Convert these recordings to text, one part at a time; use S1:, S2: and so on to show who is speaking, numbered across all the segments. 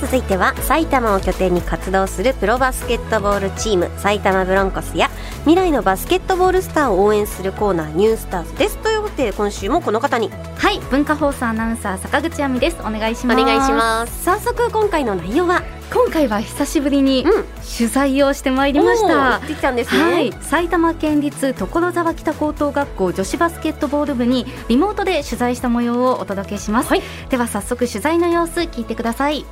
S1: 続いては埼玉を拠点に活動するプロバスケットボールチーム埼玉ブロンコスや未来のバスケットボールスターを応援するコーナーニュースターズですということで今週もこの方に
S2: はい文化放送アナウンサー坂口亜美ですお願いし
S1: お
S2: ます
S1: 願いします早速今回の内容は
S2: 今回は久しぶりに
S1: うん
S2: 取材をしてまいりまし
S1: おー行
S2: た
S1: ってきたんですね
S2: はい、埼玉県立所沢北高等学校女子バスケットボール部にリモートで取材した模様をお届けします、
S1: はい
S2: では早速取材の様子聞いてください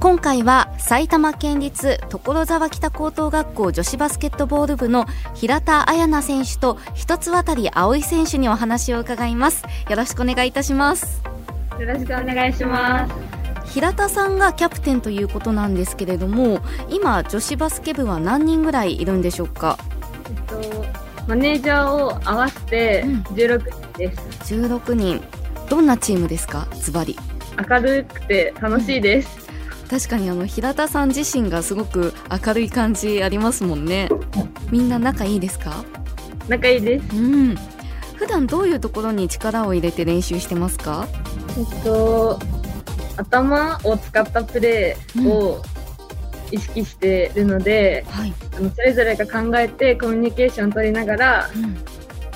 S2: 今回は埼玉県立所沢北高等学校女子バスケットボール部の平田彩奈選手と一つ渡り葵選手にお話を伺いますよろしくお願いいたします
S3: よろしくお願いします。
S2: 平田さんがキャプテンということなんですけれども今女子バスケ部は何人ぐらいいるんでしょうか
S3: えっと、マネージャーを合わせて
S2: うん
S3: 16人です。
S2: 16人どんなチームですかズバリ
S3: 明るくて楽しいです。
S2: 確かにあの平田さん自身がすごく明るい感じありますもんねみんな仲いいですか
S3: 仲いいです。
S2: うん普段どういうところに力を入れて練習してますか
S3: えっと、頭を使ったプレーを意識しているので、
S2: はい、
S3: あのそれぞれが考えてコミュニケーションを取りながら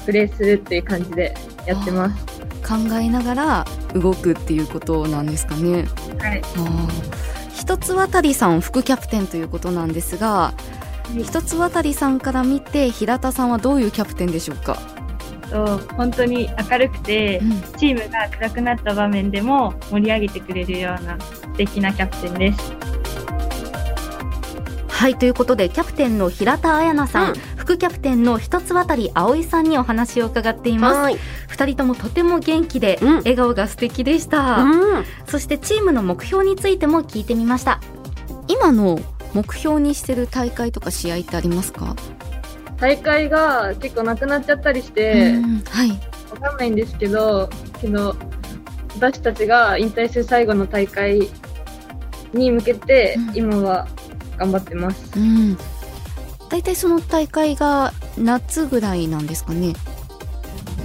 S3: プレーするっていう感じでやってます。
S2: 考えながら動くっていうことなんですかね
S3: は
S2: あ
S3: い。
S2: ー一つ渡りさん副キャプテンということなんですが
S3: い
S2: 一つ渡りさんから見て平田さんはどういうキャプテンでしょうか、
S4: と本当に明るくて
S2: うん
S4: チームが暗くなった場面でも盛り上げてくれるような素敵なキャプテンです。
S2: はいということでキャプテンの平田彩奈さん、
S1: うん
S2: 副キャプテンの一つ渡り葵さんにお話を伺っています
S1: はい
S2: 二人ともとても元気で、
S1: うん
S2: 笑顔が素敵でした、
S1: うん
S2: そしてチームの目標についても聞いてみました今の目標にしてる大会とか試合ってありますか、
S3: 大会が結構なくなっちゃったりして、
S2: うんはい
S3: わかんないんですけど、けど、私たちが引退する最後の大会に向けて、
S2: うん
S3: 今は頑張ってます。
S2: うん大体その大会が夏ぐらいなんですかね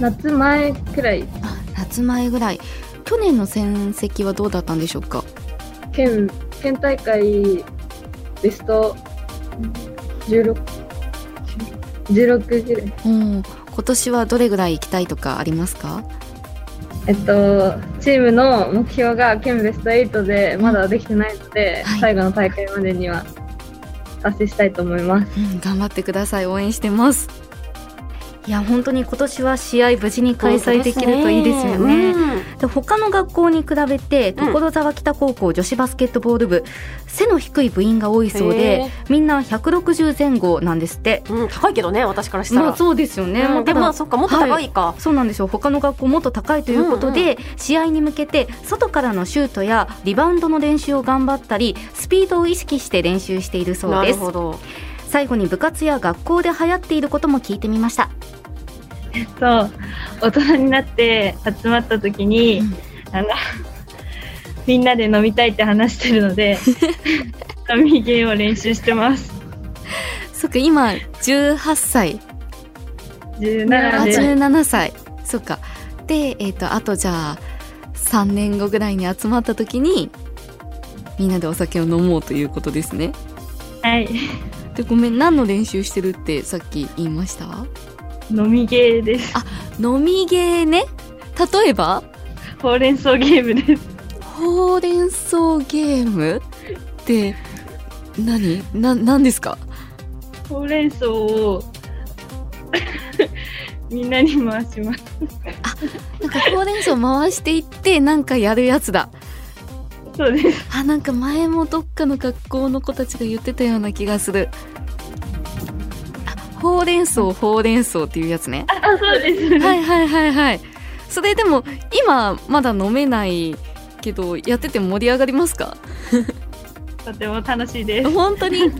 S3: 夏前くらい、
S2: あ夏前ぐらい去年の戦績はどうだったんでしょうか
S3: 県、県大会ベスト16、16ぐらい。
S2: おー今年はどれぐらい行きたいとかありますか
S3: えっと、チームの目標が県ベスト8でまだできてないので、
S2: はい
S3: 最後の大会までには達成したいと思います。
S2: うん、頑張ってください応援してますいや本当に今年は試合無事に開催できるといいですよね
S1: うん
S2: で他の学校に比べて
S1: うん
S2: 所沢北高校女子バスケットボール部、背の低い部員が多いそうでみんな160前後なんですって
S1: うん高いけどね私からしたら、
S2: まあそうですよね、
S1: う
S2: た
S1: んで
S2: だ
S1: もまあそっかもっと高いか、
S2: そうなんですよ他の学校もっと高いということで、試合に向けて外からのシュートやリバウンドの練習を頑張ったりスピードを意識して練習しているそう
S1: な
S2: で
S1: る
S2: す
S1: ほど
S2: 最後に部活や学校で流行っていることも聞いてみました
S4: そう大人になって集まった時に、
S2: うん
S4: あのみんなで飲みたいって話してるの で飲みゲーを練習してます。
S2: そっか今18歳
S4: 17
S2: あ
S4: で
S2: 17歳そっかでえっ、とあとじゃあ3年後ぐらいに集まった時にみんなでお酒を飲もうということですね
S4: はい
S2: でごめん何の練習してるってさっき言いました
S4: 飲みゲーです。
S2: 飲みゲーね例えば
S4: ほうれん草ゲームです。
S2: ほうれん草ゲームって何な何ですか
S4: ほうれん草 をみんなに回します。
S2: なんかほうれん草回していってなんかやるやつだ
S4: そうです。
S2: あなんか前もどっかの学校の子たちが言ってたような気がするあほうれん草ほうれん草っていうやつね
S4: あ、そうです。
S2: はいはいはいはいそれでも今まだ飲めないけどやってて盛り上がりますか
S4: とても楽しいです。
S2: 本当に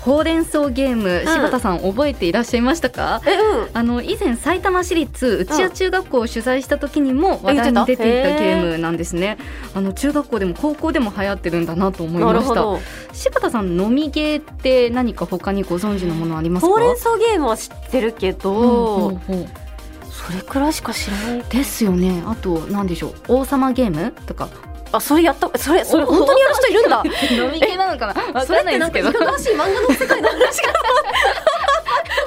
S2: ほうれん草ゲーム
S1: ん
S2: 柴田さん覚えていらっしゃいましたか、
S1: えうん
S2: あの以前埼玉市立内谷中学校を取材した時にも話題
S1: 言
S2: に
S1: っ
S2: 出
S1: てた
S2: ていたゲ
S1: へー
S2: ームなんですねあの中学校でも高校でも流行ってるんだなと思い
S1: な
S2: ま
S1: る
S2: し
S1: ほ
S2: た
S1: ど
S2: 柴田さん飲みゲーって何か他にご存知のものありますか
S1: ほうれん草ゲームは知ってるけど、
S2: うんうんうん
S1: それくらいしか知らない
S2: ですよねあと何でしょう王様ゲームと か
S1: あそれやったそれそれ本当にやる人いる んだ
S3: 飲み
S2: えなのか なわ
S1: そ
S2: か
S1: れっ
S2: んない
S1: て
S2: で
S1: な
S2: すけど
S1: んかいかがわしい漫画の世界の話 かな漫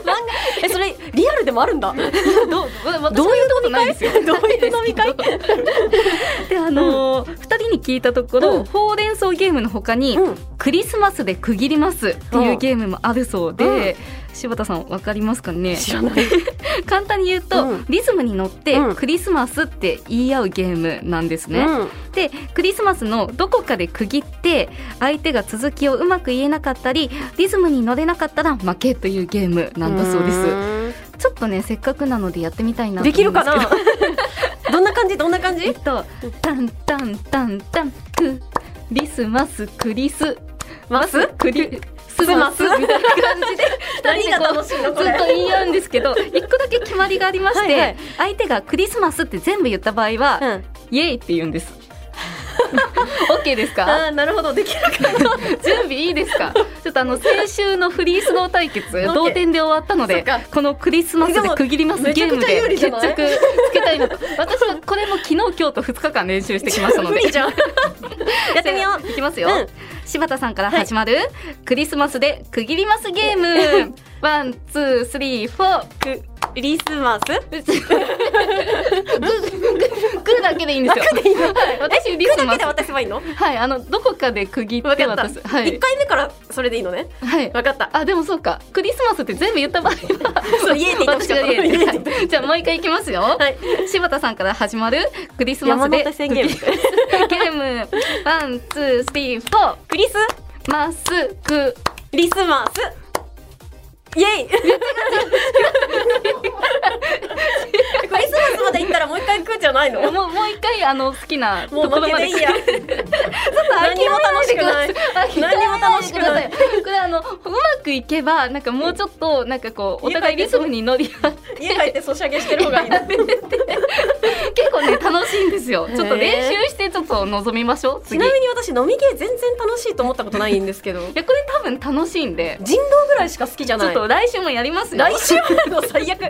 S1: 画えそれリアルでもあるん だ
S2: どう
S1: どういう飲み
S2: ないで
S1: 会
S2: すよ
S1: どういう飲み会
S2: であのー、2人に聞いたところ、
S1: うん
S2: ほうれん草ゲームの他に、
S1: うん
S2: クリスマスで区切りますっていうゲームもあるそうで、柴田さんわかりますかね
S1: 知らない
S2: 簡単に言うと、
S1: うん
S2: リズムに乗って
S1: うん
S2: クリスマスって言い合うゲームなんですね、
S1: うん
S2: でクリスマスのどこかで区切って相手が続きをうまく言えなかったりリズムに乗れなかったら負けというゲームなんだそうです
S1: ー
S2: ちょっとねせっかくなのでやってみたいなんと思
S1: で
S2: うんすけど
S1: きるかな どんな感じどんな感
S2: えっ
S1: じ
S2: とタンタンタンタンクリスマスクリス
S1: マス
S2: クリスマス
S1: スマス
S2: みたいな感じで
S1: 何が楽しいの
S2: ず
S1: これ
S2: っと言い合うんですけど一個だけ決まりがありまして
S1: はいはい
S2: 相手がクリスマスって全部言った場合は、
S1: うん
S2: イエイって言うんです OK ですか
S1: あーなるほどできる
S2: 準備いいですか ちょっとあの先週のフリースロー対決
S1: OK
S2: 同点で終わったの
S1: そ
S2: で
S1: っか
S2: このクリスマスで区切ります
S1: でも
S2: ゲーム
S1: めち
S2: で
S1: ゃくちゃ有利じゃ
S2: 決着
S1: ない
S2: つけたいのと私はこれも昨日今日と2日間練習してきましたので
S1: 無理じ ゃんやってみよ
S2: ういきますよ、
S1: うん
S2: 柴田さんから始まる、クリスマスで区切りますゲー ムワンツースリーフォー
S1: う クリスマス
S2: グーだけでいいんですよ。はい私リ
S1: こ
S2: ス
S1: れだ
S2: マ
S1: け
S2: ス
S1: で。渡せばいいの
S2: はい、あのどこかで区切っ
S1: 分
S2: て
S1: かった
S2: 渡す。は
S1: 1
S2: い。
S1: 回目からそれでいいのね
S2: はい。
S1: 分かった
S2: あ、でもそうか。クリスマスって全部言った場合 は、
S1: そう家で言ってほし
S2: 私
S1: か
S2: が
S1: った
S2: 家で
S1: 家で言って
S2: はいじゃあもう一回いきますよ。
S1: はい
S2: 柴田さんから始まるクリスマ
S1: 山
S2: スで
S1: 手線ゲーム
S2: ゲーム。ワン、ツー、スリー、フォー。
S1: クリス
S2: マスク。
S1: リスマスイエイクリスマスまで行ったらもう一回行くんじゃないの
S2: もう
S1: も
S2: もう一回あの好きなと
S1: う
S2: ころ
S1: 負け
S2: ま
S1: で
S2: で
S1: いいや何にも楽しくない何も楽しくない
S2: これあのうまくいけばなんかもうちょっとなんかこうお互いリズムに乗り合って
S1: 家帰ってソシャゲしてる方 がいいな
S2: 結構ね楽しいんですよ
S1: へー
S2: ちょっと練習してちょっと臨みましょう
S1: ち
S2: 次
S1: ないみに私飲みゲー全然楽しいと思ったことないんですけど
S2: やこれ多分楽しいんで
S1: 人狼ぐらいしか好きじゃ
S2: ちょ
S1: な
S2: っ
S1: い
S2: と来週もやりますよ
S1: 来週の最悪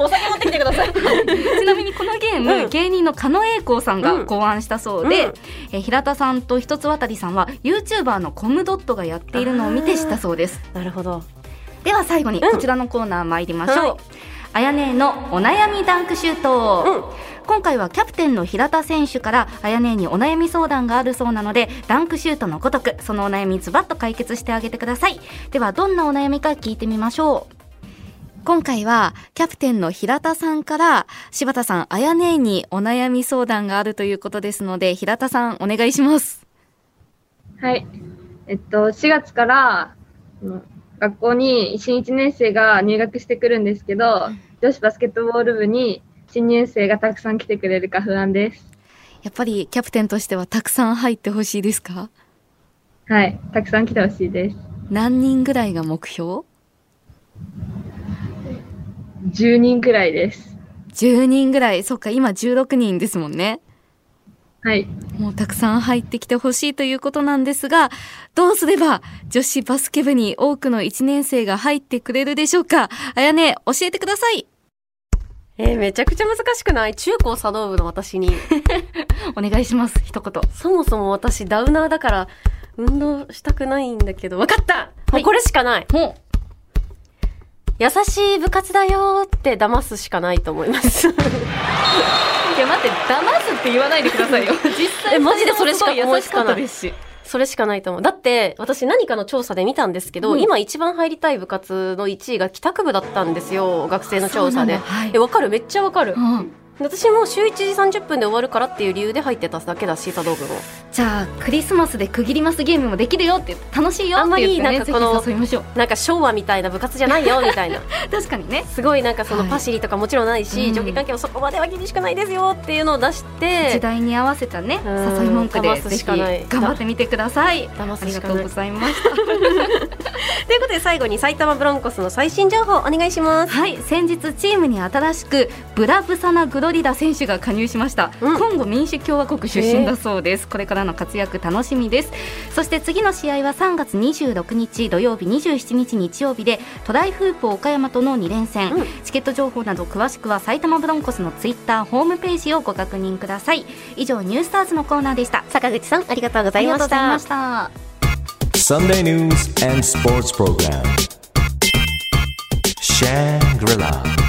S1: おお酒持ってきてください
S2: ちなみにこのゲーム、
S1: うん
S2: 芸人の狩野英孝さん
S1: う
S2: が
S1: ん
S2: 考案したそうで、
S1: うん
S2: えー平田さんと一つ渡りさんは YouTuber のコムドットがやっているのを見て知ったそうです
S1: なるほど
S2: では最後に
S1: うん
S2: こちらのコーナー参りましょう、
S1: はい
S2: あやねえのお悩みダンクシュート、
S1: うん
S2: 今回はキャプテンの平田選手からあやねえにお悩み相談があるそうなのでダンクシュートのごとくそのお悩みズバッと解決してあげてくださいではどんなお悩みか聞いてみましょう今回はキャプテンの平田さんから柴田さんあやねえにお悩み相談があるということですので平田さんお願いします
S3: はい。えっと、4月から、うん学校に新1年生が入学してくるんですけど、女子バスケットボール部に新入生がたくさん来てくれるか不安です。
S2: やっぱりキャプテンとしてはたくさん入ってほしいですか
S3: はい。たくさん来てほしいです。
S2: 何人ぐらいが目標
S3: 10人くらいです。
S2: 10人ぐらいそっか今16人ですもんね
S3: はい。
S2: もうたくさん入ってきてほしいということなんですがどうすれば女子バスケ部に多くの1年生が入ってくれるでしょうかあやね教えてください
S1: えーめちゃくちゃ難しくない中高茶道部の私に
S2: お願いします一言
S1: そもそも私ダウナーだから運動したくないんだけどわかった、もうこれしかない
S2: も
S1: 優しい部活だよーって騙すしかないと思いま す
S2: ういや待って騙すって言わないでくださいよ 実際
S1: えマジでそれしか
S2: すごい優しかったですし
S1: それしかないと思うだって私何かの調査で見たんですけど、
S2: うん
S1: 今一番入りたい部活の1位が帰宅部だったんですよ学生の調
S2: そうな
S1: 査で、
S2: んだはい
S1: えわかるめっちゃわかる、
S2: うん
S1: 私も週1時30分で終わるからっていう理由で入ってただけだし茶道部も
S2: じゃあクリスマスで区切りますゲームもできるよって言って楽しいよ
S1: あ
S2: っ
S1: んま
S2: て
S1: り
S2: 言ってね
S1: なん
S2: ぜ
S1: かこの
S2: ひ誘いましょう
S1: なんか昭和みたいな部活じゃないよみた いな
S2: 確かにね
S1: すごいなんかその
S2: はい
S1: パシリとかもちろんないし、
S2: うん
S1: 上下関係もそこまでは厳しくないですよっていうのを出し
S2: 時
S1: て
S2: 代に合わせたね
S1: うん
S2: 誘い文句で
S1: 騙す
S2: ぜ
S1: し
S2: ひ
S1: かない
S2: 頑張ってみてください
S1: 騙
S2: あ
S1: す
S2: り
S1: し
S2: が
S1: か
S2: と
S1: な
S2: う
S1: い
S2: ご
S1: と
S2: ざいました
S1: いうことでで最後に埼玉ブロンコスの最新情報お願いします。
S2: はい先日チームに新しくブラブサナ・グロリダ選手が加入しました、
S1: うん
S2: コンゴ民主共和国出身だそうですこれからの活躍楽しみですそして次の試合は3月26日土曜日27日日曜日でトライフープ岡山との2連戦、
S1: うん
S2: チケット情報など詳しくは埼玉ブロンコスのツイッターホームページをご確認ください以上ニュースターズのコーナーでした
S1: 坂口さんありがとうござ
S2: あ
S1: い
S2: りが
S1: ま
S2: とう
S1: し
S2: ござい
S1: た
S2: ま。した。
S5: Sunday news and sports program. Shangri-La.